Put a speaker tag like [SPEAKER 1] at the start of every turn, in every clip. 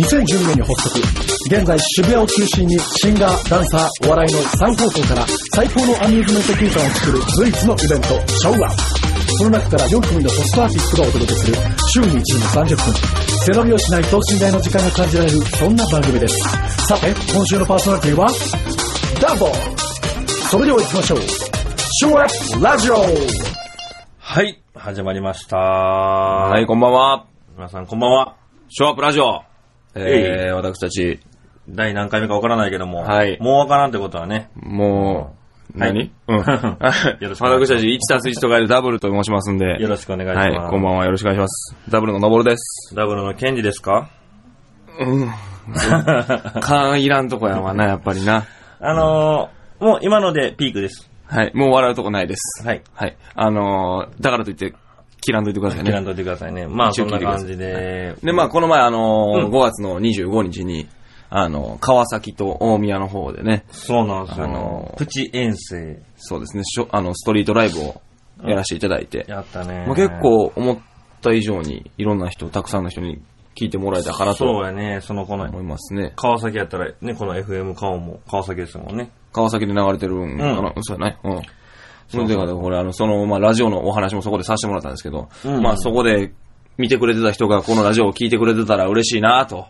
[SPEAKER 1] 2010年に発足。現在、渋谷を中心にシンガー、ダンサー、お笑いの3方向から最高のアミューズメント空間を作る唯一のイベント、ショーアップ。その中から4組のホストアーティストがお届けする週に1時30分。背伸びをしない等身大の時間が感じられる、そんな番組です。さて、今週のパーソナリティは、ダンボそれでは行きましょう。ショーアップラジオ
[SPEAKER 2] はい、始まりました。
[SPEAKER 3] は、。
[SPEAKER 2] はい
[SPEAKER 3] こんばんは。
[SPEAKER 2] 皆さんこんばんは。
[SPEAKER 3] ショーアップラジオ。
[SPEAKER 2] え
[SPEAKER 3] えー、私たち、
[SPEAKER 2] 第何回目かわからないけども、
[SPEAKER 3] はい
[SPEAKER 2] もうわからんってことはね、
[SPEAKER 3] もう、
[SPEAKER 2] はい
[SPEAKER 3] 何 うん。
[SPEAKER 2] よろしくお願いします
[SPEAKER 3] 私たち、1たす1と書いてダブルと申しますんで。
[SPEAKER 2] よろしくお願いし
[SPEAKER 3] はい、
[SPEAKER 2] ます。
[SPEAKER 3] こんばんは。よろしくお願いします。ダブルののぼる です。
[SPEAKER 2] ダブルのケンジですか
[SPEAKER 3] うん。勘いらんとこやわな、やっぱりな。
[SPEAKER 2] あのー、もう今のでピークです。
[SPEAKER 3] はい、もう笑うとこないです。
[SPEAKER 2] はい。
[SPEAKER 3] はい。あのー、だからといって、切らんといてください
[SPEAKER 2] 切ら
[SPEAKER 3] ね。
[SPEAKER 2] んといてくださいね。まあ
[SPEAKER 3] 一
[SPEAKER 2] そ
[SPEAKER 3] 応
[SPEAKER 2] ん
[SPEAKER 3] 聞
[SPEAKER 2] ない
[SPEAKER 3] てくださ
[SPEAKER 2] 感
[SPEAKER 3] い
[SPEAKER 2] じで、
[SPEAKER 3] で、まあ、この前、あのー
[SPEAKER 2] うん
[SPEAKER 3] 5月の25日に、あのー川崎と大宮の方でね、
[SPEAKER 2] そうなんですよ、
[SPEAKER 3] あのー
[SPEAKER 2] プチ遠征
[SPEAKER 3] そうですね、しょあの、ストリートライブをやらせていただいて、
[SPEAKER 2] やったね。
[SPEAKER 3] まあ、結構思った以上にいろんな人、たくさんの人に聞いてもらえたかな
[SPEAKER 2] そう
[SPEAKER 3] と
[SPEAKER 2] やね、そのこの、
[SPEAKER 3] 思いますね。
[SPEAKER 2] 川崎やったら、ね、この FM 顔も川崎ですもんね。
[SPEAKER 3] 川崎で流れてる、うん、あの、そうやね。うん。それでこれ、あの、その、まあ、ラジオのお話もそこでさせてもらったんですけど、
[SPEAKER 2] うん
[SPEAKER 3] まあ、そこで見てくれてた人がこのラジオを聞いてくれてたら嬉しいなと。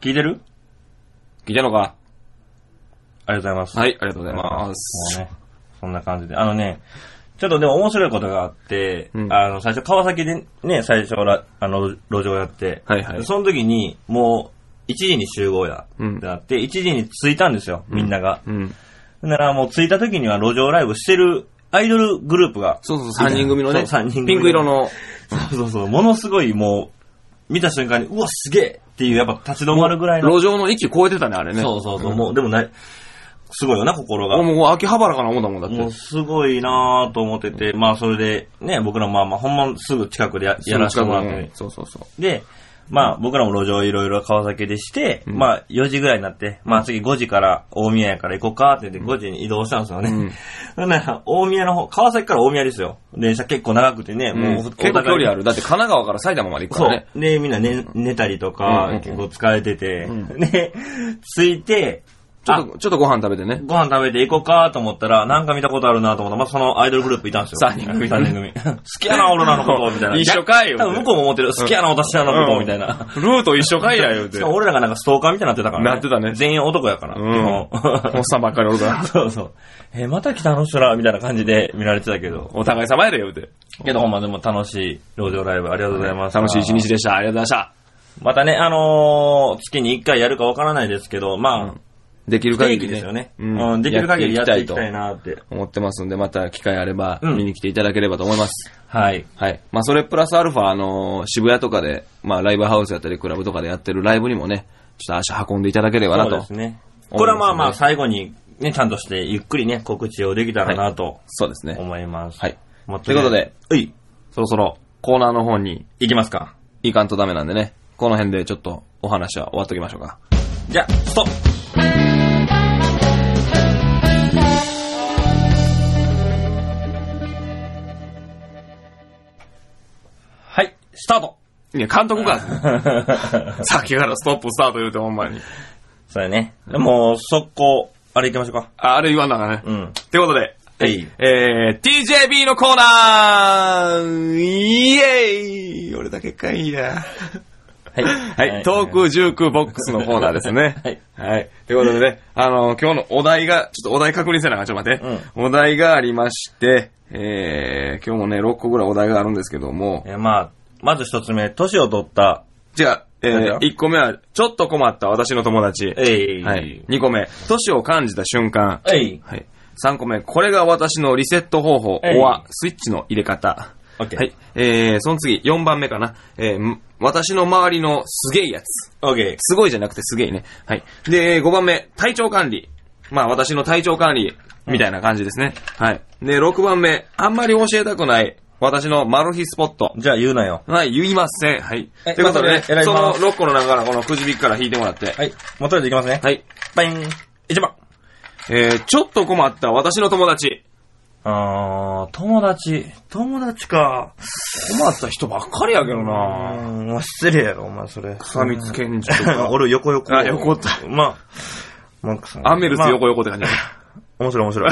[SPEAKER 2] 聞いてる
[SPEAKER 3] 聞いたのか
[SPEAKER 2] ありがとうございます。
[SPEAKER 3] はい、ありがとうご
[SPEAKER 2] あ
[SPEAKER 3] ざい
[SPEAKER 2] りがとうござい
[SPEAKER 3] ま
[SPEAKER 2] ます。
[SPEAKER 3] す。
[SPEAKER 2] もうね、そんな感じで。あのね、ちょっとでも面白いことがあって、
[SPEAKER 3] うん
[SPEAKER 2] あの、最初、川崎でね、最初ら、あの、路上やって、
[SPEAKER 3] はいはい
[SPEAKER 2] その時に、もう、1時に集合や、ってなって、1時に着いたんですよ、みんなが。
[SPEAKER 3] うん。
[SPEAKER 2] だからもう着いた時には路上ライブしてる、アイドルグループが、
[SPEAKER 3] そうそう、三人組のね、
[SPEAKER 2] そう三人組
[SPEAKER 3] ピンク色の、
[SPEAKER 2] そうそうそう、ものすごいもう、見た瞬間に、うわ、すげえっていう、やっぱ立ち止まるぐらいの。
[SPEAKER 3] 路上の域超えてたね、あれね。
[SPEAKER 2] そうそうそう、もう、でもない、すごいよな、心が。
[SPEAKER 3] もう、もう秋葉原かな思ったもんだって
[SPEAKER 2] もう。すごいなぁと思ってて、まあそれで、ね、僕らもまあまあ、ほんますぐ近くでややらせてもらって、
[SPEAKER 3] そうそうそう。
[SPEAKER 2] で、まあ僕らも路上いろいろ川崎でして、まあ4時ぐらいになって、まあ次5時から大宮やから行こうかって言って5時に移動したんですよね。 なんなら大宮の方、川崎から大宮ですよ。電車結構長くてね、もう
[SPEAKER 3] う
[SPEAKER 2] お
[SPEAKER 3] ん結構距
[SPEAKER 2] 互い
[SPEAKER 3] 離ある。だって神奈川から埼玉まで行く
[SPEAKER 2] そ
[SPEAKER 3] から
[SPEAKER 2] う
[SPEAKER 3] ね。。
[SPEAKER 2] で、みんな寝寝たりと
[SPEAKER 3] うんうんう
[SPEAKER 2] か
[SPEAKER 3] ん、
[SPEAKER 2] 結構疲れてて、 で、着いて、
[SPEAKER 3] ちょっと、ちょっとご飯食べてね。
[SPEAKER 2] ご飯食べて行こうかと思ったら、なんか見たことあるなと思ったら、まあ、そのアイドルグループいたんですよ。
[SPEAKER 3] 三人組
[SPEAKER 2] 三人組。好きやな、俺らのこと、みたいな。
[SPEAKER 3] 一緒かいよ
[SPEAKER 2] 多分向こうも思ってる。好きやな、私らのこと、みたいな。
[SPEAKER 3] ルート一緒かいや、言う
[SPEAKER 2] しかも俺らがなんかストーカーみたいになってたからね。
[SPEAKER 3] なってたね
[SPEAKER 2] 全員男やから。基
[SPEAKER 3] おっ
[SPEAKER 2] 本
[SPEAKER 3] さんばっかりおるか ら。
[SPEAKER 2] そうそう。えまた来たの人ら、みたいな感じで見られてたけど。
[SPEAKER 3] お互い様やで、言うて。
[SPEAKER 2] けど、ほんまでも楽しい路上ライブ、ありがとうござい ます。
[SPEAKER 3] 楽しい一日でした。ありがとうございまし
[SPEAKER 2] またね、あのー月に一回やるかわからないですけど、まあ、
[SPEAKER 3] た。できる
[SPEAKER 2] 不定
[SPEAKER 3] 限
[SPEAKER 2] 期
[SPEAKER 3] り
[SPEAKER 2] ですよね
[SPEAKER 3] ね。。
[SPEAKER 2] うん、できる限りやっていきたい
[SPEAKER 3] と
[SPEAKER 2] なって。
[SPEAKER 3] 思ってますんで、また機会あれば
[SPEAKER 2] うん
[SPEAKER 3] 見に来ていただければと思います。
[SPEAKER 2] はい。
[SPEAKER 3] はい。まあ、それプラスアルファ、あのー、渋谷とかで、まあ、ライブハウスやったり、クラブとかでやってるライブにもね、ちょっと足運んでいただければな
[SPEAKER 2] そう
[SPEAKER 3] と
[SPEAKER 2] です。ね。
[SPEAKER 3] 思いますね
[SPEAKER 2] これはまあまあ最後にね、ちゃんとしてゆっくりね、告知をできたらなと
[SPEAKER 3] そうですね。
[SPEAKER 2] 思います。
[SPEAKER 3] はい。
[SPEAKER 2] もっ
[SPEAKER 3] ということで、
[SPEAKER 2] はい。
[SPEAKER 3] そろそろコーナーの方に
[SPEAKER 2] いきますか。
[SPEAKER 3] 行かんとダメなんでね、この辺でちょっとお話は終わっときましょうか。
[SPEAKER 2] じゃあ、ストップはい、スタート
[SPEAKER 3] いや、監 督か。 さっきからストップスタート言うて、ほんまに。
[SPEAKER 2] そうやね。もう、速攻、あれ行きましょうか。
[SPEAKER 3] ああれ言わんなかね。
[SPEAKER 2] う
[SPEAKER 3] っ
[SPEAKER 2] ん。
[SPEAKER 3] てことで、
[SPEAKER 2] はい。
[SPEAKER 3] えー、TJB のコーナーイエーイ俺だけかい いや。
[SPEAKER 2] はい。。
[SPEAKER 3] はい、トーク19ボックスのコーナーですね
[SPEAKER 2] はい。
[SPEAKER 3] はい。ということでね、あの、今日のお題が、ちょっとお題確認せなあかんちょっと待って。お題がありまして、えー、今日もね、6個ぐらいお題があるんですけども、
[SPEAKER 2] えーまあ、まず一つ目、年を取った、
[SPEAKER 3] じゃあ、え
[SPEAKER 2] なんだ
[SPEAKER 3] ー、1個目は、ちょっと困った私の友達。
[SPEAKER 2] えい。
[SPEAKER 3] はい。2個目、年を感じた瞬間。
[SPEAKER 2] えい。
[SPEAKER 3] はい。3個目、これが私のリセット方法、
[SPEAKER 2] えい
[SPEAKER 3] おわ、スイッチの入れ方。
[SPEAKER 2] オッケー
[SPEAKER 3] はい。えー、その次、4番目かな。えー、ん私の周りのすげえやつ。
[SPEAKER 2] オッケ
[SPEAKER 3] すごいじゃなくてすげえね。はい。で、5番目、体調管理。まあ、私の体調管理、みたいな感じですね。はい。で、6番目、あんまり教えたくない、私のマル秘スポット。
[SPEAKER 2] ー。じゃあ言うなよ。
[SPEAKER 3] はい、言いません。はい。
[SPEAKER 2] はい
[SPEAKER 3] ということでね、
[SPEAKER 2] まず選び
[SPEAKER 3] そ
[SPEAKER 2] ま
[SPEAKER 3] の
[SPEAKER 2] す
[SPEAKER 3] 6個の中からこのくじ引きから引いてもらって。
[SPEAKER 2] はい。もうとりあえずいきますね。
[SPEAKER 3] はい。
[SPEAKER 2] バイン。1番。
[SPEAKER 3] えー、ちょっと困った私の友達。
[SPEAKER 2] あー、友達、友達か。
[SPEAKER 3] 困った人ばっかりやけど
[SPEAKER 2] う
[SPEAKER 3] な
[SPEAKER 2] ーん、失礼やろ、お前それ。
[SPEAKER 3] 草光賢治と か、
[SPEAKER 2] 俺横横。
[SPEAKER 3] あ横っ
[SPEAKER 2] まあ、マックさん。
[SPEAKER 3] アメルス
[SPEAKER 2] まあ
[SPEAKER 3] 横横って感じやね。
[SPEAKER 2] 面白い面白い。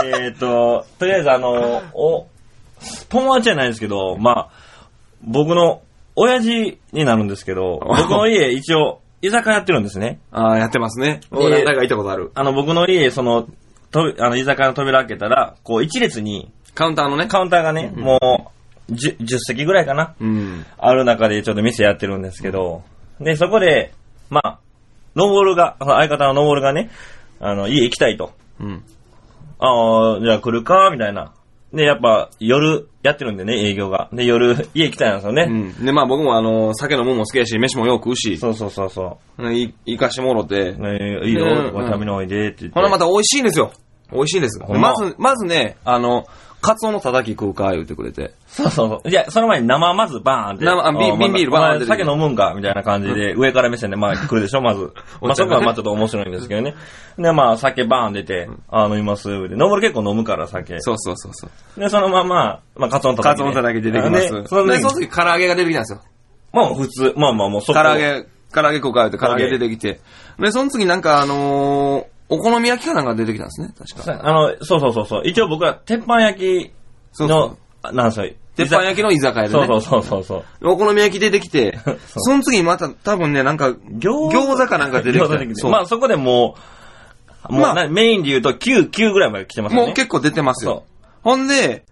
[SPEAKER 2] えっと、とりあえずあの、お、友達じゃないですけど、まあ、僕の親父になるんですけど、僕の家一応居酒屋やってるんですね。
[SPEAKER 3] ああ、やってますね。俺、
[SPEAKER 2] で
[SPEAKER 3] 何回か行ったことある。
[SPEAKER 2] あの、僕の家、その、とあの居酒屋の扉開けたら、こう一列に
[SPEAKER 3] カウンターのね。
[SPEAKER 2] カウンターがね、もう 10, 10席ぐらいかな、
[SPEAKER 3] うん。
[SPEAKER 2] ある中でちょっと店やってるんですけど、で、そこで、まあ、ノボールが、その相方のノボールがね、あの、家行きたいと。
[SPEAKER 3] うん。
[SPEAKER 2] ああ、じゃあ来るか、みたいな。で、やっぱ夜やってるんでね、営業が。で、夜、家行きたいんですよね。
[SPEAKER 3] うん。で、まあ僕もあの、酒飲むもん好きやし、飯もよく食うし、
[SPEAKER 2] そうそうそうそ
[SPEAKER 3] い行かしてもろて
[SPEAKER 2] う。、ねいいよ、
[SPEAKER 3] うん
[SPEAKER 2] これ食べにおいで、って言って。
[SPEAKER 3] ほなまた美味しいんですよ。美味しいんです。
[SPEAKER 2] ほんま
[SPEAKER 3] まず、まずね、あの、カツオのたたき食うか、言うてくれて。
[SPEAKER 2] そうそうそう。いや、その前に生まずバーンって。
[SPEAKER 3] 生あビ
[SPEAKER 2] ー
[SPEAKER 3] 瓶ビールバーンって
[SPEAKER 2] まあ酒飲むんか、みたいな感じで、上から目線で、まあ来るでしょ、ま ず。まあそこはまあちょっと面白いんですけどね。で、まあ酒バーン出て、あ、飲みます。で、登る結構飲むから、酒。
[SPEAKER 3] そうそうそうそう。
[SPEAKER 2] で、そのまま、まあカツオの
[SPEAKER 3] カツオのたたき出てきます。
[SPEAKER 2] で
[SPEAKER 3] で、
[SPEAKER 2] そ
[SPEAKER 3] そ
[SPEAKER 2] の時
[SPEAKER 3] の時唐揚げが出てきたんですよ。
[SPEAKER 2] まあ普通、まあまあもうそ
[SPEAKER 3] 唐揚げ、唐揚げ食うか、言うて唐揚げ出てきて。で、その次なんかあのーお好み焼きかなんか出てきたんですね、確か。
[SPEAKER 2] あの、そうそうそうそう。一応僕は鉄板焼き
[SPEAKER 3] そうそ
[SPEAKER 2] の
[SPEAKER 3] う、
[SPEAKER 2] なんすよ。
[SPEAKER 3] 鉄板焼きの居酒屋でね。
[SPEAKER 2] そうそうそうそうそう。
[SPEAKER 3] お好み焼き出てきて、
[SPEAKER 2] そう
[SPEAKER 3] その次また多分ね、なんか、餃子かなんか出て
[SPEAKER 2] 餃
[SPEAKER 3] きた
[SPEAKER 2] 子。きて
[SPEAKER 3] そう
[SPEAKER 2] まあそこでもう、もう
[SPEAKER 3] まあ
[SPEAKER 2] なメインで言うと9、9ぐらいまで来てますよね。
[SPEAKER 3] もう結構出てますよ
[SPEAKER 2] そ。
[SPEAKER 3] ほんで、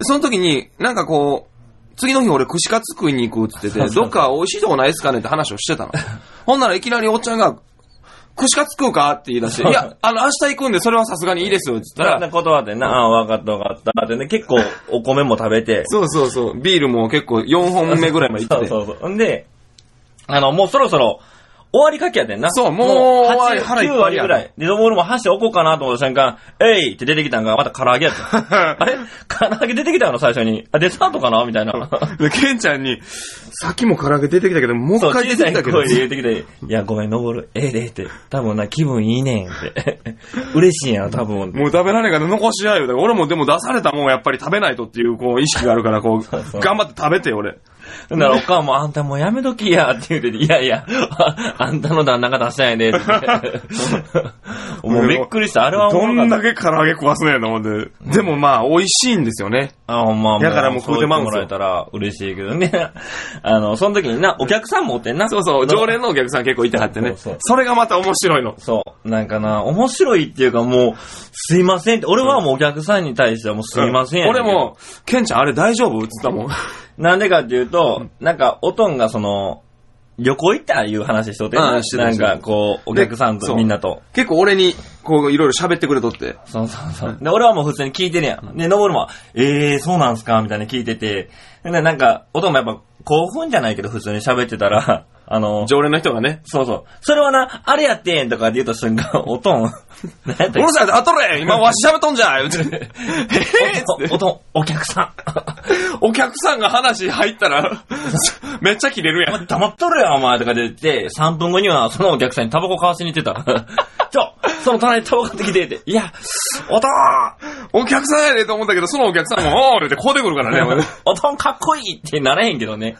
[SPEAKER 3] その時に、なんかこう、次の日俺串カツ食いに行くって言って
[SPEAKER 2] そうそう
[SPEAKER 3] て、
[SPEAKER 2] そう
[SPEAKER 3] どっか美味しいとこないですかねって話をし てたの。ほんならいきなりおっちゃんが、串カツ食うかって言い出して、いや、あの、明日行くんでそれはさすがにいいですよって言った
[SPEAKER 2] だから
[SPEAKER 3] ら、
[SPEAKER 2] 断ってな、ああ、わかったわかった。でね、結構お米も食べて。
[SPEAKER 3] そうそうそう、ビールも結構4本目ぐらいまで行ってて
[SPEAKER 2] そ。うそうそう。んで、あの、もうそろそろ、終わりかけやでんな。
[SPEAKER 3] そうもう終わり腹いっぱいや
[SPEAKER 2] 9割ぐらい。で、ドボールも箸置こうかなと思った瞬間、えいって出てきたんが、また唐揚げやった。 あれ唐揚げ出てきたの最初に。あ、デザートかなみたい な。
[SPEAKER 3] で、ケンちゃんに、さっきも唐揚げ出てきたけど、もう
[SPEAKER 2] そう、
[SPEAKER 3] 一回
[SPEAKER 2] 小
[SPEAKER 3] 出て
[SPEAKER 2] さい
[SPEAKER 3] きたけど
[SPEAKER 2] 声。で言ってきて、いや、ごめん、登る。ええでって。多分な、気分いいねんって。 嬉しいんやろ、多分。
[SPEAKER 3] もう食べられないから残し合うよ。だから俺もでも出されたもんやっぱり食べないとっていうこう意識があるから、こう、
[SPEAKER 2] そうそう
[SPEAKER 3] 頑張って食べてよ俺。
[SPEAKER 2] だから、おかんも、あんたもうやめときや、って言うてて、いやいや、ああんたの旦那が出したんやで、って言っ て。もうびっくりした。あれは
[SPEAKER 3] ど
[SPEAKER 2] 思
[SPEAKER 3] ん
[SPEAKER 2] う
[SPEAKER 3] だけ唐揚げ壊すねんと思って。でもまあ、美味しいんですよね。
[SPEAKER 2] あ、ほんま、
[SPEAKER 3] だからもう
[SPEAKER 2] そう
[SPEAKER 3] 食うてまうん
[SPEAKER 2] も
[SPEAKER 3] すよ
[SPEAKER 2] らえたら嬉しいけどね。 あの、その時にな、お客さんもおってんな。
[SPEAKER 3] そうそう、常連のお客さん結構いてはってね。
[SPEAKER 2] そうそう
[SPEAKER 3] それがまた面白いの。
[SPEAKER 2] そう。なんかな、面白いっていうかもう、すいませんって、俺はもうお客さんに対してはもうすいませんやねんけ
[SPEAKER 3] 俺
[SPEAKER 2] ど
[SPEAKER 3] も、ケンちゃんあれ大丈夫って言ったもん。
[SPEAKER 2] なんでかっていうと、なんか、おとんがその、旅行行ったいう話しとってね、
[SPEAKER 3] うんしてた
[SPEAKER 2] なん
[SPEAKER 3] して
[SPEAKER 2] か
[SPEAKER 3] た
[SPEAKER 2] こう、お客さん
[SPEAKER 3] でそ
[SPEAKER 2] と
[SPEAKER 3] う
[SPEAKER 2] みんなと。
[SPEAKER 3] 結構俺に、こう、いろいろ喋ってくれとって。
[SPEAKER 2] そうそうそう。で、俺はもう普通に聞いてるやん。で、登るも、えー、そうなんすかみたいな聞いてて、で、なんか、おとんもやっぱ興奮じゃないけど普通に喋ってたら、あの、
[SPEAKER 3] 常連の人がね。
[SPEAKER 2] そうそう。それはな、あれやってんとかって言うと瞬間、 おとん、何やったっ
[SPEAKER 3] う
[SPEAKER 2] け
[SPEAKER 3] るさい、あとれ今わし喋っとんじゃ ん言うて。えーっつって
[SPEAKER 2] おとん、お客さ
[SPEAKER 3] お客さんが話入った ら、めっちゃ切れるや
[SPEAKER 2] ん。
[SPEAKER 3] ん。
[SPEAKER 2] 黙っとるやん、お前とかで言って、3分後にはそのお客さんにタバコ買わしに行ってた。 ちょ、その棚にタバコ買ってきてって。いや、おとん
[SPEAKER 3] お客さんやでと思ったけど、そのお客さんも、おーってこうでくるから ね。
[SPEAKER 2] おとんかっこいいってなれへんけどね。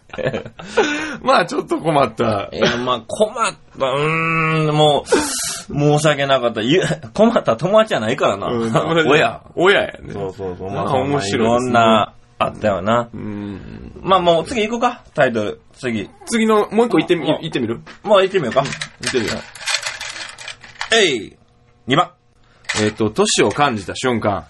[SPEAKER 3] まあちょっと困った。
[SPEAKER 2] いや、まあ、困った、うーん、もう、申し訳なかった。ゆ困った友達じゃないからな。 親。。
[SPEAKER 3] 親やね。
[SPEAKER 2] そうそうそう。
[SPEAKER 3] まあ面白いですね
[SPEAKER 2] ろんな、あったよな。
[SPEAKER 3] うん。
[SPEAKER 2] まあもう次行こうか、タイトル。次。
[SPEAKER 3] 次の、もう一個行ってみ、
[SPEAKER 2] うん
[SPEAKER 3] 行ってみる
[SPEAKER 2] もう行ってみようか。
[SPEAKER 3] 行ってみる。
[SPEAKER 2] えい !2 番。
[SPEAKER 3] えっと、年を感じた瞬間。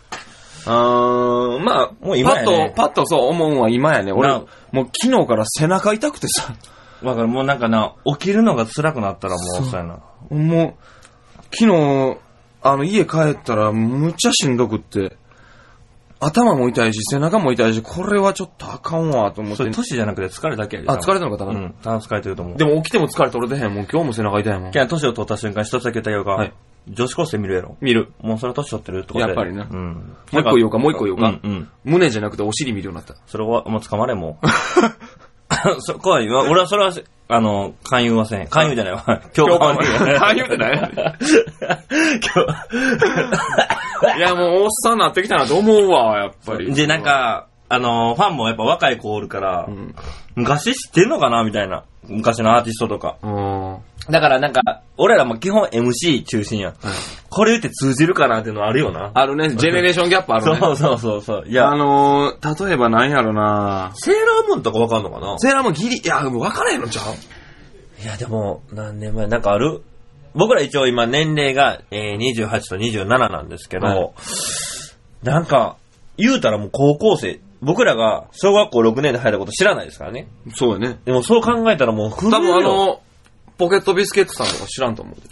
[SPEAKER 3] あーまあ、
[SPEAKER 2] もう今やね
[SPEAKER 3] パッと、パッとそう思うのは今やね。俺
[SPEAKER 2] な、
[SPEAKER 3] もう昨日から背中痛くてさ、
[SPEAKER 2] わかる。もうなんかな、起きるのが辛くなったらもうそうやな。
[SPEAKER 3] もう、昨日、あの、家帰ったら、むっちゃしんどくって、頭も痛いし、背中も痛いし、これはちょっとあかんわ、と思っ
[SPEAKER 2] そ
[SPEAKER 3] て
[SPEAKER 2] れ、。年じゃなくて疲れだけやで
[SPEAKER 3] あ、疲れたのか、多
[SPEAKER 2] う
[SPEAKER 3] 分。
[SPEAKER 2] ん、多分疲れてると思う。
[SPEAKER 3] でも起きても疲れ取れてへん。もう今日も背中痛いもん
[SPEAKER 2] け。ど、年を取った瞬間一つだけ言ったけどか、
[SPEAKER 3] はい
[SPEAKER 2] 女子高生見るやろ。
[SPEAKER 3] 見る。
[SPEAKER 2] もうそれは年取ってるってことやで
[SPEAKER 3] やっぱりな
[SPEAKER 2] うん。
[SPEAKER 3] もう一個言おうか、もう一個言おうか。
[SPEAKER 2] うん、うん。
[SPEAKER 3] 胸じゃなくてお尻見るようになった。
[SPEAKER 2] それは、もう捕まれ、もう。そこは、俺はそれは、あの、勧誘はせん。勧誘じゃ ないわ。共感はせん。
[SPEAKER 3] 勧誘って ないいや、もうおっさんなってきたなと思うわ、やっぱり。
[SPEAKER 2] で、なん、か、あの、ファンもやっぱ若い子おるから、
[SPEAKER 3] ん
[SPEAKER 2] 昔知ってんのかなみたいな。昔のアーティストとか。
[SPEAKER 3] うん。
[SPEAKER 2] だからなんか、俺らも基本 MC 中心やん。これ言って通じるかなっていうのはあるよな。
[SPEAKER 3] あるね、ジェネレーションギャップあるね。
[SPEAKER 2] そうそうそうそう。い
[SPEAKER 3] あ
[SPEAKER 2] や、
[SPEAKER 3] のー、例えばなんやろな
[SPEAKER 2] セーラームーンとかわかんのかな
[SPEAKER 3] セーラーもギリ、いや、もう分からへんのちゃう
[SPEAKER 2] いや、でも、何年前、なんかある僕ら一応今年齢が、えー、28と27なんですけど、
[SPEAKER 3] はい
[SPEAKER 2] なんか、言うたらもう高校生、僕らが小学校6年で入ったこと知らないですからね。
[SPEAKER 3] そうやね。
[SPEAKER 2] でもそう考えたらもう古
[SPEAKER 3] 多
[SPEAKER 2] いよ
[SPEAKER 3] 分あの、ポケットビスケットさんとか知らんと思うで。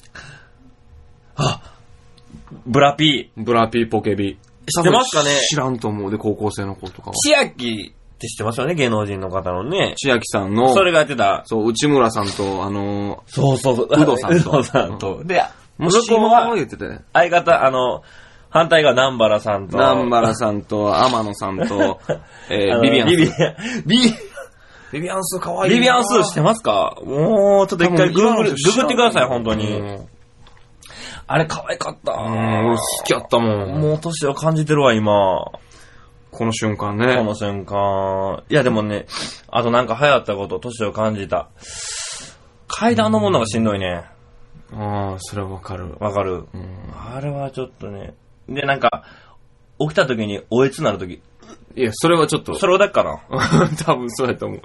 [SPEAKER 2] ブラピ
[SPEAKER 3] ブラピーポケビ。
[SPEAKER 2] 知ってますかね
[SPEAKER 3] 知らんと思うで、高校生の子とかは
[SPEAKER 2] ー。。千秋って知ってますよね、芸能人の方のね。
[SPEAKER 3] 千秋さんの、
[SPEAKER 2] それがやってた。
[SPEAKER 3] そう、内村さんと、あの
[SPEAKER 2] そうそう そう。
[SPEAKER 3] ウドさんと
[SPEAKER 2] ウドさんと。で、
[SPEAKER 3] ー、も
[SPEAKER 2] 向こうは
[SPEAKER 3] 言ってたね。
[SPEAKER 2] 相方、あの、反対が南原さんと。
[SPEAKER 3] 南原さんと、天野さんと、 え
[SPEAKER 2] あ
[SPEAKER 3] ー、
[SPEAKER 2] の
[SPEAKER 3] ビビアン
[SPEAKER 2] ビ
[SPEAKER 3] ス。
[SPEAKER 2] ビアン。ビビ
[SPEAKER 3] ビビアンスかわ
[SPEAKER 2] ビビアンスーしてますかもう、ちょっと一回グーグル、ググってください、本当
[SPEAKER 3] う
[SPEAKER 2] に。
[SPEAKER 3] ん、
[SPEAKER 2] あれ可愛かった。
[SPEAKER 3] 俺好きやったもん。
[SPEAKER 2] もう年を感じてるわ、今。
[SPEAKER 3] この瞬 間
[SPEAKER 2] こ
[SPEAKER 3] ね。
[SPEAKER 2] の瞬間。いや、でもね、あとなんか流行ったこと、年を感じた。階段のものがしんどいね。
[SPEAKER 3] ああ、それはわかる。
[SPEAKER 2] わかる、あれはちょっとね。で、なんか、起きた時におえつなる時。
[SPEAKER 3] いや、それはちょっと。
[SPEAKER 2] それをだっかな
[SPEAKER 3] 多分そうやと思う。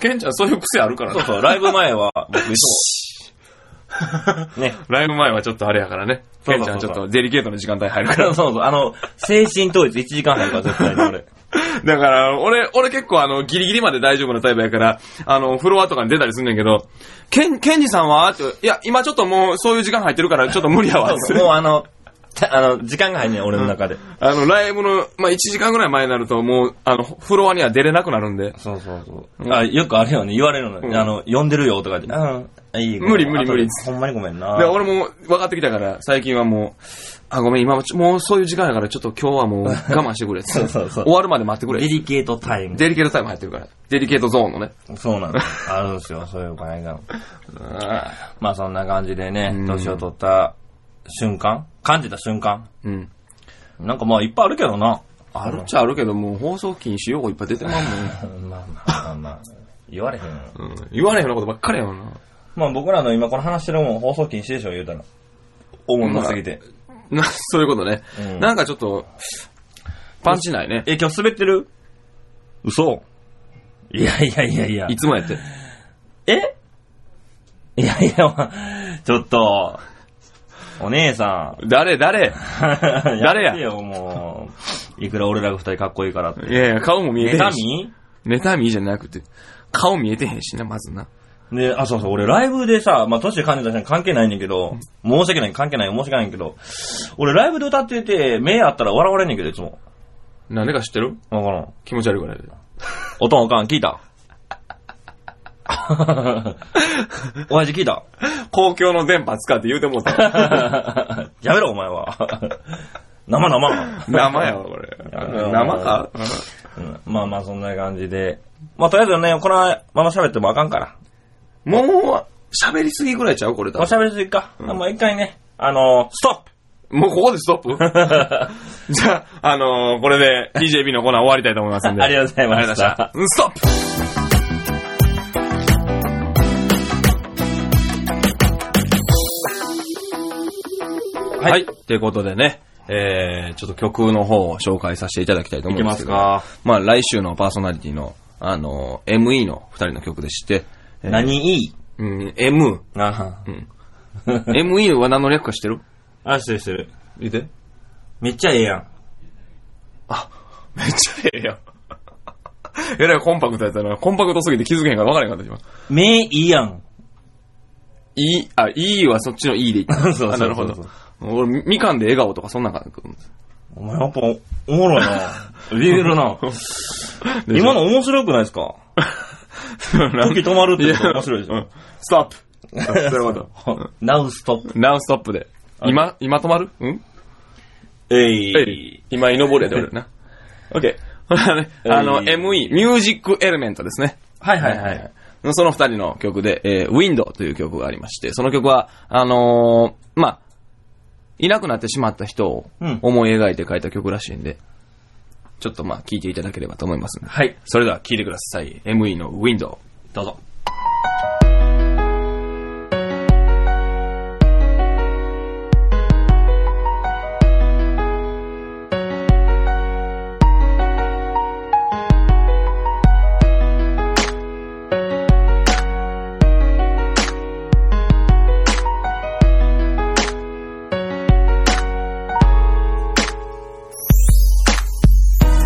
[SPEAKER 3] ケンちゃんそういう癖あるから
[SPEAKER 2] そう
[SPEAKER 3] ね。
[SPEAKER 2] そう、ライブ前は、僕いつも。ね。
[SPEAKER 3] ライブ前はちょっとあれやからね。
[SPEAKER 2] そう
[SPEAKER 3] ケ
[SPEAKER 2] そう
[SPEAKER 3] ン
[SPEAKER 2] そう
[SPEAKER 3] ちゃんち
[SPEAKER 2] そう
[SPEAKER 3] ょっとデリケートな時間帯入るか
[SPEAKER 2] そうそう、あの、精神統一1時間半から絶対に俺。
[SPEAKER 3] ら。 だから、俺、俺結構あの、ギリギリまで大丈夫なタイプやから、あの、フロアとかに出たりすんねんけど、ケン、ケンジさんはって、いや、今ちょっともうそういう時間入ってるからちょっと無理やわ。
[SPEAKER 2] そうそうもうあの、たあの、時間が入んねん、俺の中で。
[SPEAKER 3] あの、ライブの、まあ、1時間ぐらい前になると、もう、あの、フロアには出れなくなるんで。
[SPEAKER 2] そうそうそう。あ、よくあれよね、言われるのね。
[SPEAKER 3] うん
[SPEAKER 2] あの、呼んでるよとかで。うん。あいい
[SPEAKER 3] 無理無理
[SPEAKER 2] 後で
[SPEAKER 3] 無理
[SPEAKER 2] ほんまにごめんな。
[SPEAKER 3] で、俺も分かってきたから、最近はもう、あ、ごめん、今もちょ、もうそういう時間やから、ちょっと今日 はもう我慢してくれ。
[SPEAKER 2] そうそうそう
[SPEAKER 3] 終わるまで待ってくれ
[SPEAKER 2] デ。リケートタイム。
[SPEAKER 3] デリケートタイム入ってるから。デリケートゾーンのね。
[SPEAKER 2] そうなん です。あるんですよ、そういうお金が。まあそんな感じでね
[SPEAKER 3] う、ん
[SPEAKER 2] 年を取った瞬間感じた瞬間
[SPEAKER 3] うん。
[SPEAKER 2] なんかまあいっぱいあるけどな。
[SPEAKER 3] あるっちゃあるけど、もう放送禁止用語いっぱい出てまんも
[SPEAKER 2] うんまあまあまあまあ。言われへんよ。
[SPEAKER 3] ん。うん。言われへんようなことばっかりやもんな。
[SPEAKER 2] まあ僕らの今この話してるもん放送禁止でしょ、言うたら。思んなすぎて。
[SPEAKER 3] な、そういうことね。
[SPEAKER 2] うん
[SPEAKER 3] なんかちょっと、パンチないね。
[SPEAKER 2] え、今日滑ってる嘘いやいやいやいや
[SPEAKER 3] い。つもやって。
[SPEAKER 2] えいやいや、まあちょっと、お姉さん。
[SPEAKER 3] 誰誰
[SPEAKER 2] 誰
[SPEAKER 3] や
[SPEAKER 2] ってよ、もう。いくら俺らが二人かっこいいからって。
[SPEAKER 3] いやいや、顔も見えてへん
[SPEAKER 2] 妬
[SPEAKER 3] し。
[SPEAKER 2] み
[SPEAKER 3] 妬みじゃなくて、顔見えてへんしな、まずな。
[SPEAKER 2] で、あ、そうそう、俺ライブでさ、まあ、年感じた人に関係ないねんけど、申し訳ない、関係ない、申し訳ないんけど、俺ライブで歌ってて、目あったら笑われんねんけど、いつも。
[SPEAKER 3] なんでか知ってる
[SPEAKER 2] わからん。
[SPEAKER 3] 気持ち悪いから。
[SPEAKER 2] おとんおかん聞い た親父聞いた
[SPEAKER 3] 公共の電波使って言うてもうた。
[SPEAKER 2] やめろ、お前は。 生生。
[SPEAKER 3] 生やわ、これ。
[SPEAKER 2] うん
[SPEAKER 3] 生か
[SPEAKER 2] うんまあまあ、そんな感じで。まあ、とりあえずね、このまま喋ってもあかんから。
[SPEAKER 3] もう、喋りすぎぐらいちゃうこれ
[SPEAKER 2] もう
[SPEAKER 3] だ。
[SPEAKER 2] 喋りすぎか。もう一回ね、あのスト
[SPEAKER 3] もうここでス トップ
[SPEAKER 2] ップ
[SPEAKER 3] じゃあ、あのー、これで DJB のコーナー終わりたいと思いますんで。
[SPEAKER 2] ありがとうございました。
[SPEAKER 3] うんストップはい、ということでね、えー、ちょっと曲の方を紹介させていただきたいと思いますけど。
[SPEAKER 2] いけます
[SPEAKER 3] まあ来週のパーソナリティの、あのー、ME の二人の曲でして、えー
[SPEAKER 2] 何いい
[SPEAKER 3] うん、M、
[SPEAKER 2] あ
[SPEAKER 3] うん。ME は何の略か知ってる
[SPEAKER 2] あ、してるしてる。
[SPEAKER 3] 見て。
[SPEAKER 2] めっちゃええやん。
[SPEAKER 3] めっちゃええやん。 えらいコンパクトやったな。コンパクトすぎて気づけへんから分からへんかった、今。
[SPEAKER 2] 目いいやん。
[SPEAKER 3] いい、あ、いい はそっちのいいでいった
[SPEAKER 2] そうそうそうそう
[SPEAKER 3] あなるほど。俺、みかんで笑顔とかそんなんかな
[SPEAKER 2] お前やっぱおおもろいな。ビビるな。今の面白く ないです か時止まるってこと面白いでしょ
[SPEAKER 3] やうんストップ。そういうこと。
[SPEAKER 2] ナウストップ。
[SPEAKER 3] ナウストップで。今、今止まるうん
[SPEAKER 2] え
[SPEAKER 3] えい。 今、イノボレで俺な。オッケー。あの、
[SPEAKER 2] えい
[SPEAKER 3] ME、ミュージックエレメントですね。
[SPEAKER 2] はいはいはい。
[SPEAKER 3] その二人の曲で、えー、Wind という曲がありまして、その曲は、あのーまあ、いなくなってしまった人を
[SPEAKER 2] うん
[SPEAKER 3] 思い描いて書いた曲らしいんで、ちょっとまあ、聴いていただければと思いますので。
[SPEAKER 2] はい。
[SPEAKER 3] それでは聴いてください。ME の Wind。
[SPEAKER 2] どうぞ。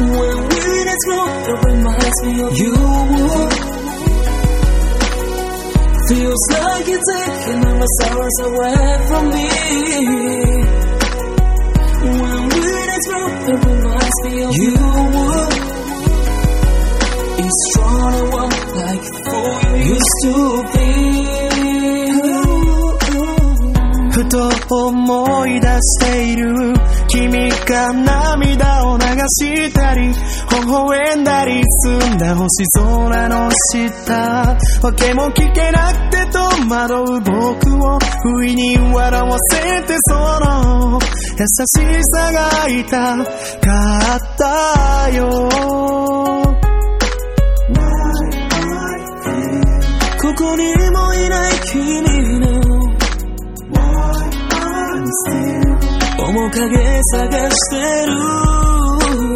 [SPEAKER 4] When we dance wrong, it reminds me of you. Feels like you're taking all my sorrows away from me. When we dance wrong, it reminds me of you. It's drawn a walk like fool you used to be.
[SPEAKER 5] ふと思い出している君が涙を流したり微笑んだり澄んだ星空の下訳も聞けなくて戸惑う僕を不意に笑わせてその優しさが痛かったよ
[SPEAKER 4] ここにもいない君の面影探してる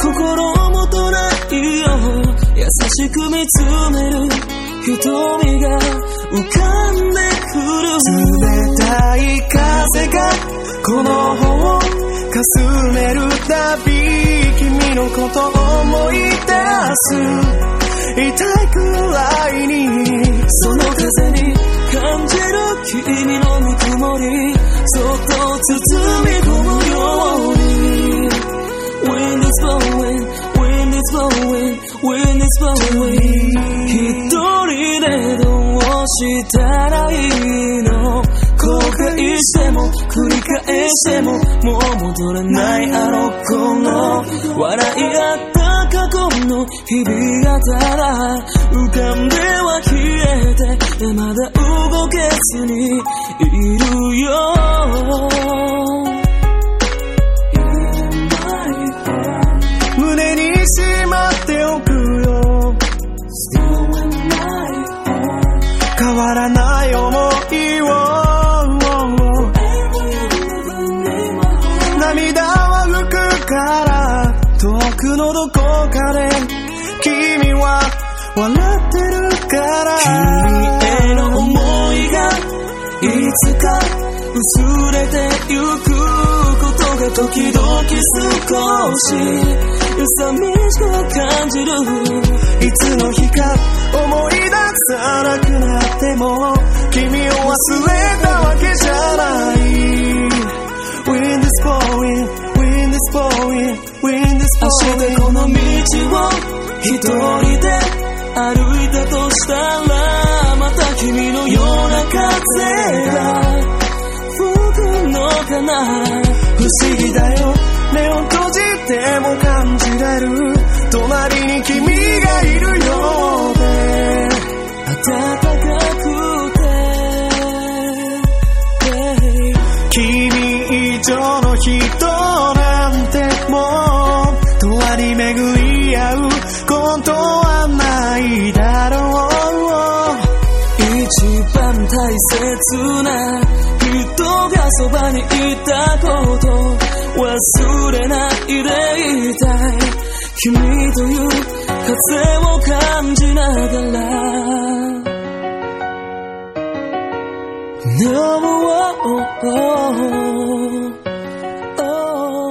[SPEAKER 4] 心もとないよ優しく見つめる瞳が浮かんでくる
[SPEAKER 5] 冷たい風がこの方をかすめるたび君のことを思い出す痛いくらいに
[SPEAKER 4] その風に感じる君のぬくもりそっと包み込むように Wind is blowing, wind is blowing, wind is blowing 一人でどうしたらいいの後悔しても繰り返してももう戻れないあの子の笑い合った過去の日々がただ浮かんでは消えてまだ動けずにいるよ In my head
[SPEAKER 5] 胸にしまっておくよ
[SPEAKER 4] Still in my heart
[SPEAKER 5] 変わらない思いを
[SPEAKER 4] Every living in my heart
[SPEAKER 5] 涙は拭くから遠くのどこかで君は笑ってるから
[SPEAKER 4] 君への思いがいつか薄れてゆくことが時々少し寂しく感じる
[SPEAKER 5] いつの日か思い出さなくなっても君を忘れたわけじゃない Wind is blowing, wind is blowing, wind is
[SPEAKER 4] 明日
[SPEAKER 5] blowing
[SPEAKER 4] でこの道を一人で歩いたとしたらまた君のような風が吹くのかな
[SPEAKER 5] 不思議だよ目を閉じても感じられる隣に君がいるようで
[SPEAKER 4] 暖かくて、Hey
[SPEAKER 5] 君以上の人なんてもう永遠に巡り合うことはないだろう
[SPEAKER 4] 一番大切な人がそばにいたこと忘れないでいたい君という風を感じながら Now, oh, oh, oh, oh.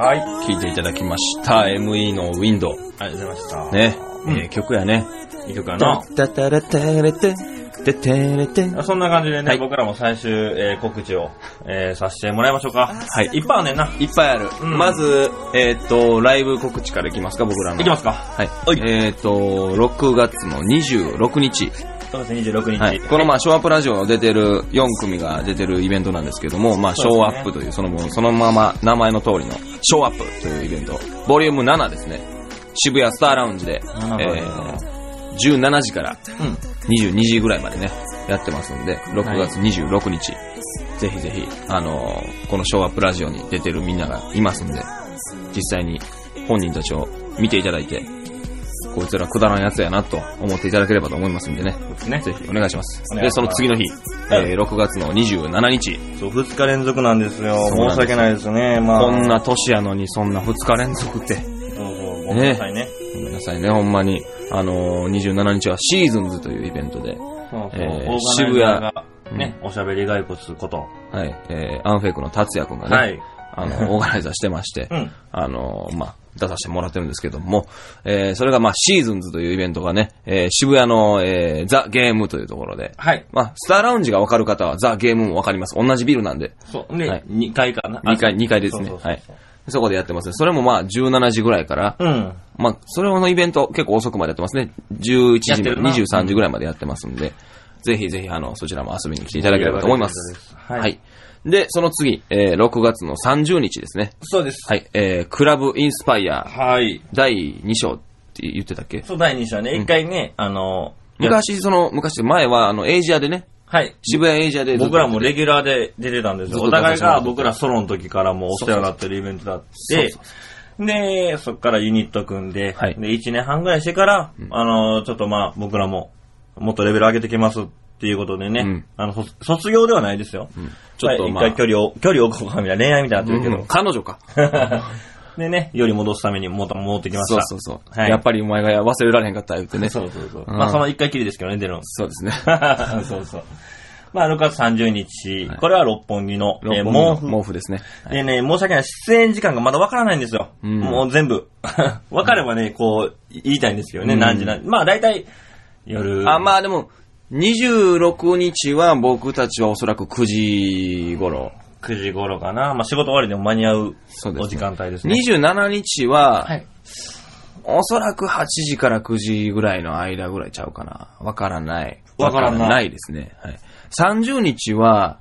[SPEAKER 3] はい。聴いていただきました。ME の Wind。
[SPEAKER 2] ありがとうございました。
[SPEAKER 3] ね。えー曲やね。
[SPEAKER 2] いい曲やな。
[SPEAKER 3] タタラタレテ、テテレテ。
[SPEAKER 2] そんな感じでね、
[SPEAKER 3] はい
[SPEAKER 2] 僕らも最終、えー告知を、えーさせてもらいましょうか。はい。いっぱいあんねんな。
[SPEAKER 3] いっぱいある。
[SPEAKER 2] うん
[SPEAKER 3] まず、えっ、と、ライブ告知からいきますか、僕らの。
[SPEAKER 2] いきますか。
[SPEAKER 3] はい。
[SPEAKER 2] はい
[SPEAKER 3] えっ、と、6月の26日。
[SPEAKER 2] そうですね、26日。
[SPEAKER 3] はい。この、まあ、ショーアップラジオの出てる、4組が出てるイベントなんですけども、まあ、シ
[SPEAKER 2] そ
[SPEAKER 3] ョ
[SPEAKER 2] うですね
[SPEAKER 3] ーアップという、そのもう、そのまま、名前の通りの、ショーアップというイベント。ボリューム7ですね。渋谷スターラウンジで、え
[SPEAKER 2] なるほど
[SPEAKER 3] ー17時から
[SPEAKER 2] うん。
[SPEAKER 3] 22時ぐらいまでね、やってますんで、6月26日、ぜひぜひ、あのーこのショーアップラジオに出てるみんながいますんで、実際に本人たちを見ていただいて、こいつらくだらんやつやなと思っていただければと思いますんでね、
[SPEAKER 2] そうですね。
[SPEAKER 3] ぜひお願いします。
[SPEAKER 2] お願いし
[SPEAKER 3] で、
[SPEAKER 2] ます
[SPEAKER 3] その次の日、えー6月の27日、
[SPEAKER 2] そう、二日連続なんですよ。
[SPEAKER 3] そうなんです
[SPEAKER 2] 申し訳ないですね。まあ。
[SPEAKER 3] こんな年やのにそんな2日連続って、
[SPEAKER 2] そうそう、ごめんなさいね。
[SPEAKER 3] ごめんなさいね、ほんまに。あのー27日はシーズンズというイベントで、
[SPEAKER 2] そうそう、
[SPEAKER 3] え
[SPEAKER 2] オーガ
[SPEAKER 3] ー
[SPEAKER 2] ナイザーがね、おしゃべり骸骨こと。
[SPEAKER 3] はい、えーアンフェイクの達也くんがね、
[SPEAKER 2] はい。
[SPEAKER 3] あ の、オーガナイザーしてまして、
[SPEAKER 2] うん
[SPEAKER 3] あの、まあ、出させてもらってるんですけども、えーそれがまあ、シーズンズというイベントがね、えー渋谷の、えーザ・ゲームというところで、
[SPEAKER 2] はい。
[SPEAKER 3] まあ、スターラウンジがわかる方はザ・ゲームもわかります。同じビルなんで、
[SPEAKER 2] そう。で、
[SPEAKER 3] はい
[SPEAKER 2] 2階かな。
[SPEAKER 3] 2階、二階です
[SPEAKER 2] そ
[SPEAKER 3] ね。
[SPEAKER 2] うそうそう
[SPEAKER 3] はい。そこでやってますね。それもまあ、17時ぐらいから、
[SPEAKER 2] うん。
[SPEAKER 3] まあ、それのイベント結構遅くまでやってますね。11
[SPEAKER 2] やっ
[SPEAKER 3] 時
[SPEAKER 2] て
[SPEAKER 3] ま
[SPEAKER 2] るな
[SPEAKER 3] で、23時ぐらいまでやってますんで、ぜひぜひ、あの、そちらも遊びに来ていただければと思います。
[SPEAKER 2] はい
[SPEAKER 3] で、その次、えー6月の30日ですね。
[SPEAKER 2] そうです。
[SPEAKER 3] はい、えー、クラブインスパイア
[SPEAKER 2] はい。
[SPEAKER 3] 第2章って言ってたっけ
[SPEAKER 2] そう、第2章ね、1回ね、あの、や
[SPEAKER 3] 昔、その、昔、前は、あの、エイジアでね、
[SPEAKER 2] はい。
[SPEAKER 3] 渋谷エイジアでずっと
[SPEAKER 2] 僕らもレギュラーで出てたんですよ。
[SPEAKER 3] ずっ
[SPEAKER 2] お
[SPEAKER 3] と出さ
[SPEAKER 2] 互い
[SPEAKER 3] せてもら
[SPEAKER 2] が
[SPEAKER 3] ってて
[SPEAKER 2] 僕らソロの時からもうお世話になってるイベントだっ
[SPEAKER 3] そう
[SPEAKER 2] て
[SPEAKER 3] そう、
[SPEAKER 2] で、そっからユニット組んで、
[SPEAKER 3] はい
[SPEAKER 2] で、1年半ぐらいしてから、あの、ちょっとまあ僕らも、もっとレベル上げてきますっていうことでね、
[SPEAKER 3] うん
[SPEAKER 2] あの、卒卒業ではないですよ。
[SPEAKER 3] ちょっと
[SPEAKER 2] はい
[SPEAKER 3] まあ
[SPEAKER 2] 一回距離を、距離を置こうかみたいな恋愛みたいになってる
[SPEAKER 3] うん彼女か。
[SPEAKER 2] けど。 でね、より戻すためにもっと戻ってきまし
[SPEAKER 3] そう
[SPEAKER 2] た。
[SPEAKER 3] そうそう。
[SPEAKER 2] はい。
[SPEAKER 3] やっぱりお前が忘れられへんかった言ってね。
[SPEAKER 2] そ
[SPEAKER 3] そう
[SPEAKER 2] うそうそう。
[SPEAKER 3] うん
[SPEAKER 2] まあその一回きりですけどね、出るの。
[SPEAKER 3] ですね。
[SPEAKER 2] そうそう。まあ、6月30日、これは六本木の、えー
[SPEAKER 3] 六本木の
[SPEAKER 2] 毛
[SPEAKER 3] 毛布ですね。
[SPEAKER 2] 布。でね、申し訳ない。出演時間がまだわからないんですよ。
[SPEAKER 3] うん
[SPEAKER 2] もう全部。 わかればね、こう、言いたいんですけどね、
[SPEAKER 3] うん
[SPEAKER 2] 何時何時。まあ、大体、夜。
[SPEAKER 3] あ、まあでも、26日は僕たちはおそらく9時頃。
[SPEAKER 2] 9時頃かな。まあ、仕事終わりでも間に合う
[SPEAKER 3] そうですね
[SPEAKER 2] お時間帯ですね。
[SPEAKER 3] 27日は、
[SPEAKER 2] はい
[SPEAKER 3] おそらく8時から9時ぐらいの間ぐらいちゃうかな。わからない。
[SPEAKER 2] わからない
[SPEAKER 3] ですね。はい。30日は、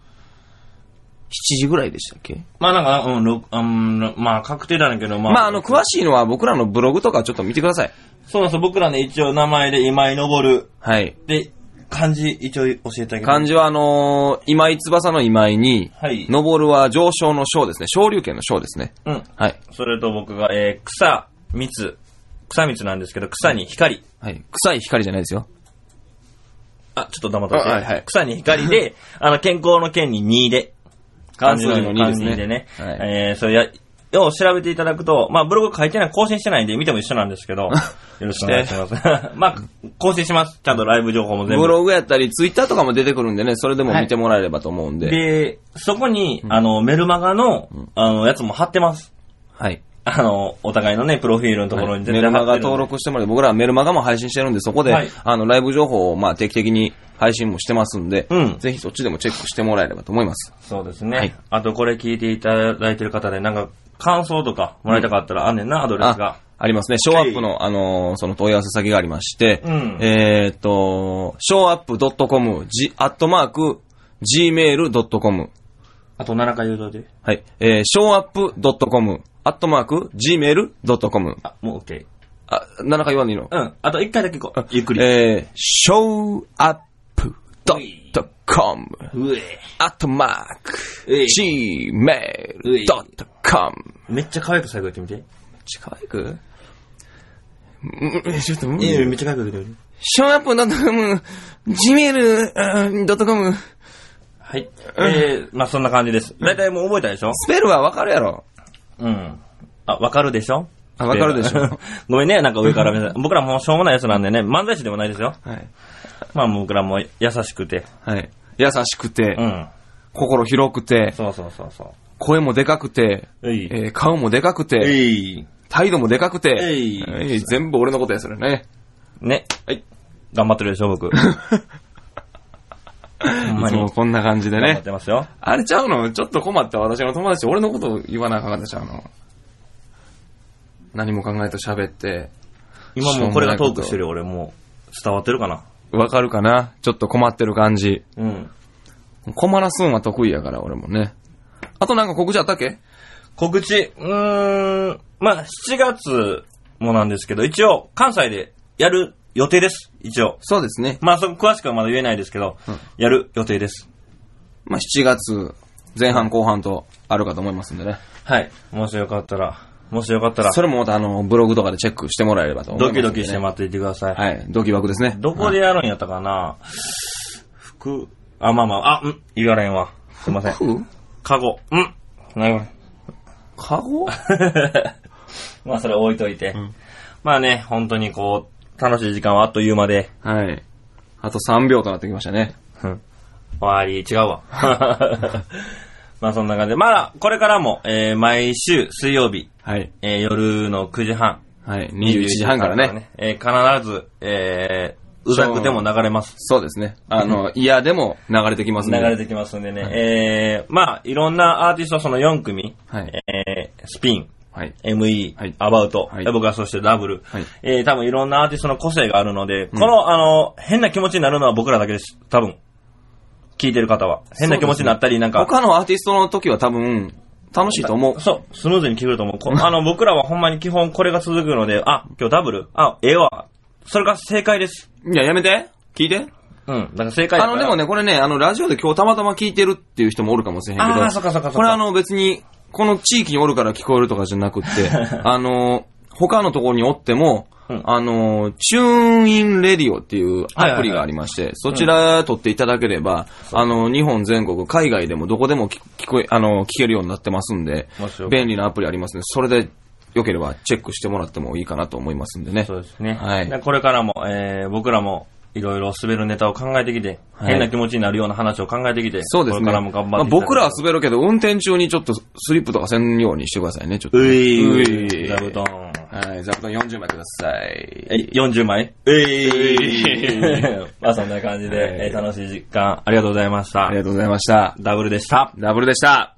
[SPEAKER 3] 7時ぐらいでしたっけ
[SPEAKER 2] まあ、なんか、うん、ろくうん、まあ、確定だけど、ま
[SPEAKER 3] ま
[SPEAKER 2] あ、
[SPEAKER 3] あ、あの、詳しいのは僕らのブログとかちょっと見てください。
[SPEAKER 2] そうなんですよ。僕らね、一応名前で今井昇る。
[SPEAKER 3] はい。
[SPEAKER 2] で、漢字、一応教えてあげる。
[SPEAKER 3] 漢字はあのー今井翼の今井に、
[SPEAKER 2] はい
[SPEAKER 3] 上るは上昇の昇ですね。昇竜拳の昇ですね。
[SPEAKER 2] うん。
[SPEAKER 3] はい。
[SPEAKER 2] それと僕が、えー、草、蜜、草蜜なんですけど、草に光。
[SPEAKER 3] はい。臭い光じゃないですよ。
[SPEAKER 2] あ、ちょっと黙っとって。
[SPEAKER 3] あはいはい
[SPEAKER 2] 草に光 で、あの、健康の健に2で。
[SPEAKER 3] 漢数字の2ですね
[SPEAKER 2] 漢字でね。
[SPEAKER 3] はい
[SPEAKER 2] えー、それや、を調べていただくと、まあ、ブログ書いてない、更新してないんで、見ても一緒なんですけ ど、よろしくお願いします。 まあ、更新します。ちゃんとライブ情報も全
[SPEAKER 3] ブ
[SPEAKER 2] 部。
[SPEAKER 3] ログやったり、ツイッターとかも出てくるんでね、それでも見てもらえればと思うんで。はい。
[SPEAKER 2] で、そこに、あの、メルマガの、あの、やつも貼ってます。あの、お互いのね、プロフィールのところに
[SPEAKER 3] メルマ
[SPEAKER 2] 貼っ
[SPEAKER 3] ガ
[SPEAKER 2] てるんで
[SPEAKER 3] 登録してもらって、僕らはメルマガも配信してるんで、そこで、
[SPEAKER 2] はい
[SPEAKER 3] あの、ライブ情報を、まあ、定期的に配信もしてますんで、
[SPEAKER 2] うん
[SPEAKER 3] ぜひそっちでもチェックしてもらえればと思います。
[SPEAKER 2] そうですね。
[SPEAKER 3] はい
[SPEAKER 2] あと、これ聞いていただいてる方で、なんか、感想とかもらいたかったら、あんねんな、アドレスが
[SPEAKER 3] あ。、ありますね。ショーアップの、あのーその問い合わせ先がありまして、
[SPEAKER 2] うん
[SPEAKER 3] えーっと、showapp.com、g、アットマーク、gmail.com、
[SPEAKER 2] あと7回誘導で。
[SPEAKER 3] はい、えー、showapp.com、アットマーク、gmail.com、
[SPEAKER 2] あ、もう OK。
[SPEAKER 3] あ、7回言わんでいいの
[SPEAKER 2] うん。あと1回だけこう。ゆっくり。
[SPEAKER 3] えー、showup.com
[SPEAKER 2] うえ
[SPEAKER 3] アットマーク
[SPEAKER 2] うい
[SPEAKER 3] gmail.com
[SPEAKER 2] めっちゃ可愛く最後言ってみて。
[SPEAKER 3] 近いくんちょっと無
[SPEAKER 2] いや
[SPEAKER 3] 理。
[SPEAKER 2] めっちゃ可愛く言ってみて。
[SPEAKER 3] showup.com gmail.com
[SPEAKER 2] はい。えー、まあそんな感じです。大体もう覚えたでしょ
[SPEAKER 3] スペルはわかるやろ。
[SPEAKER 2] うん。あ、わかるでしょ
[SPEAKER 3] あわかるでしょ。
[SPEAKER 2] ごめんね、なんか上から目線。僕らもうしょうもないやつなんでね、漫才師でもないですよ。
[SPEAKER 3] はい。
[SPEAKER 2] まあ僕らも優しくて。
[SPEAKER 3] はい。優しくて
[SPEAKER 2] う、ん。
[SPEAKER 3] 心広くて、
[SPEAKER 2] そうそうそうそう。
[SPEAKER 3] 声もでかくて、
[SPEAKER 2] うい
[SPEAKER 3] えー顔もでかくて、
[SPEAKER 2] えい。
[SPEAKER 3] 態度もでかくて、
[SPEAKER 2] えい
[SPEAKER 3] えい全部俺のことや、それね。
[SPEAKER 2] ね。
[SPEAKER 3] はい。
[SPEAKER 2] 頑張ってるでしょ、 僕。ほん
[SPEAKER 3] い
[SPEAKER 2] ま
[SPEAKER 3] つ
[SPEAKER 2] に。
[SPEAKER 3] もこんな感じで
[SPEAKER 2] 頑張
[SPEAKER 3] ね
[SPEAKER 2] っ。てますよ。
[SPEAKER 3] あれちゃうのちょっと困った私の友達、俺のこと言わなあかんかったちゃうの何も考えと喋って、
[SPEAKER 2] 今もうこれがトークしてるよ俺もう伝わってるかな。
[SPEAKER 3] わかるかなちょっと困ってる感じ。
[SPEAKER 2] うん。
[SPEAKER 3] 困らすんは得意やから、俺もね。あとなんか告知あったっけ
[SPEAKER 2] 告知、うーん、まあ7月もなんですけど、一応、関西でやる予定です。一応。
[SPEAKER 3] そうですね。
[SPEAKER 2] まあ、そこ詳しくはまだ言えないですけど、やる予定です。
[SPEAKER 3] まあ、7月前半後半とあるかと思いますんでね。
[SPEAKER 2] はい。もしよかったら、もしよかったら
[SPEAKER 3] そ、れもまたあの、ブログとかでチェックしてもらえればと思い
[SPEAKER 2] ド
[SPEAKER 3] ますんで
[SPEAKER 2] キ
[SPEAKER 3] ね、
[SPEAKER 2] ドキして待っていてください。
[SPEAKER 3] はい、ドキ枠ですね。
[SPEAKER 2] どこでやるんやったかな服、あ、まあまあ、あ、うん、言われんわ。すいません。
[SPEAKER 3] 服
[SPEAKER 2] カゴ、うん。なる
[SPEAKER 3] カゴ
[SPEAKER 2] まあ、それ置いといて。まあね、本当にこう、楽しい時間はあっという間で、
[SPEAKER 3] はい。あと3秒となってきましたね。
[SPEAKER 2] 終わり、違うわ。 まあ、そんな感じで。まだ、これからも、えー毎週水曜日、
[SPEAKER 3] はい。
[SPEAKER 2] えー夜の9時半。
[SPEAKER 3] はい。21時半からね。。
[SPEAKER 2] えー必ず、えーうざくでも流れます。
[SPEAKER 3] そうですね。あの、嫌でも流れてきます
[SPEAKER 2] 流
[SPEAKER 3] ね。
[SPEAKER 2] れてきますんでね。えー、まあ、いろんなアーティスト、その4組、
[SPEAKER 3] はい
[SPEAKER 2] えー、スピン、
[SPEAKER 3] はい。
[SPEAKER 2] ME、
[SPEAKER 3] はい
[SPEAKER 2] アバウト、
[SPEAKER 3] はい
[SPEAKER 2] 僕はそしてダブル、
[SPEAKER 3] はい
[SPEAKER 2] えー、多分いろんなアーティストの個性があるので、この、あの、変な気持ちになるのは僕らだけです。多分。聞いてる方は。変な気持ちになったり、なんか、
[SPEAKER 3] 他のアーティストの時は多分、楽しいと思う。
[SPEAKER 2] そう、スムーズに聞けると思うこ。あの、僕らはほんまに基本これが続くので、あ、今日ダブルあ、ええわ。それが正解です。
[SPEAKER 3] いや、やめて。聞いて。
[SPEAKER 2] うん。だから正解
[SPEAKER 3] あ
[SPEAKER 2] だから
[SPEAKER 3] の、でもね、これね、あの、ラジオで今日たまたま聞いてるっていう人もおるかもしれへんけど。
[SPEAKER 2] あーそっかそっかそっか
[SPEAKER 3] これあの、別に、この地域におるから聞こえるとかじゃなく って、あの、他のところにおっても、
[SPEAKER 2] うん
[SPEAKER 3] あの、チューンインレディオっていうアプリがありまして、そちら取っていただければ、あの、日本全国、海外でもどこでも聞聞こえ、あの、聞けるようになってますんで
[SPEAKER 2] もしよ、か
[SPEAKER 3] 便利なアプリありますね。それで、よければチェックしてもらってもいいかなと思いますんでね。
[SPEAKER 2] そうですね。
[SPEAKER 3] はい
[SPEAKER 2] でこれからも、えー僕らも、いろいろ滑るネタを考えてきて、
[SPEAKER 3] はい
[SPEAKER 2] 変な気持ちになるような話を考えてきて、
[SPEAKER 3] そうですね。
[SPEAKER 2] これからも頑張っていただいて
[SPEAKER 3] まあ僕らは滑るけど、運転中にちょっとスリップとかせんようにしてくださいね、ちょっと
[SPEAKER 2] う
[SPEAKER 3] ね。
[SPEAKER 2] いうー、
[SPEAKER 3] い
[SPEAKER 2] 座布団。
[SPEAKER 3] はい、座布団40枚ください。
[SPEAKER 2] え、40枚う
[SPEAKER 3] い
[SPEAKER 2] いまあそんな感じで、
[SPEAKER 3] はい
[SPEAKER 2] えー楽しい時間、ありがとうございました
[SPEAKER 3] あり。がとうございました。
[SPEAKER 2] ダブルでした。
[SPEAKER 3] ダブルでした。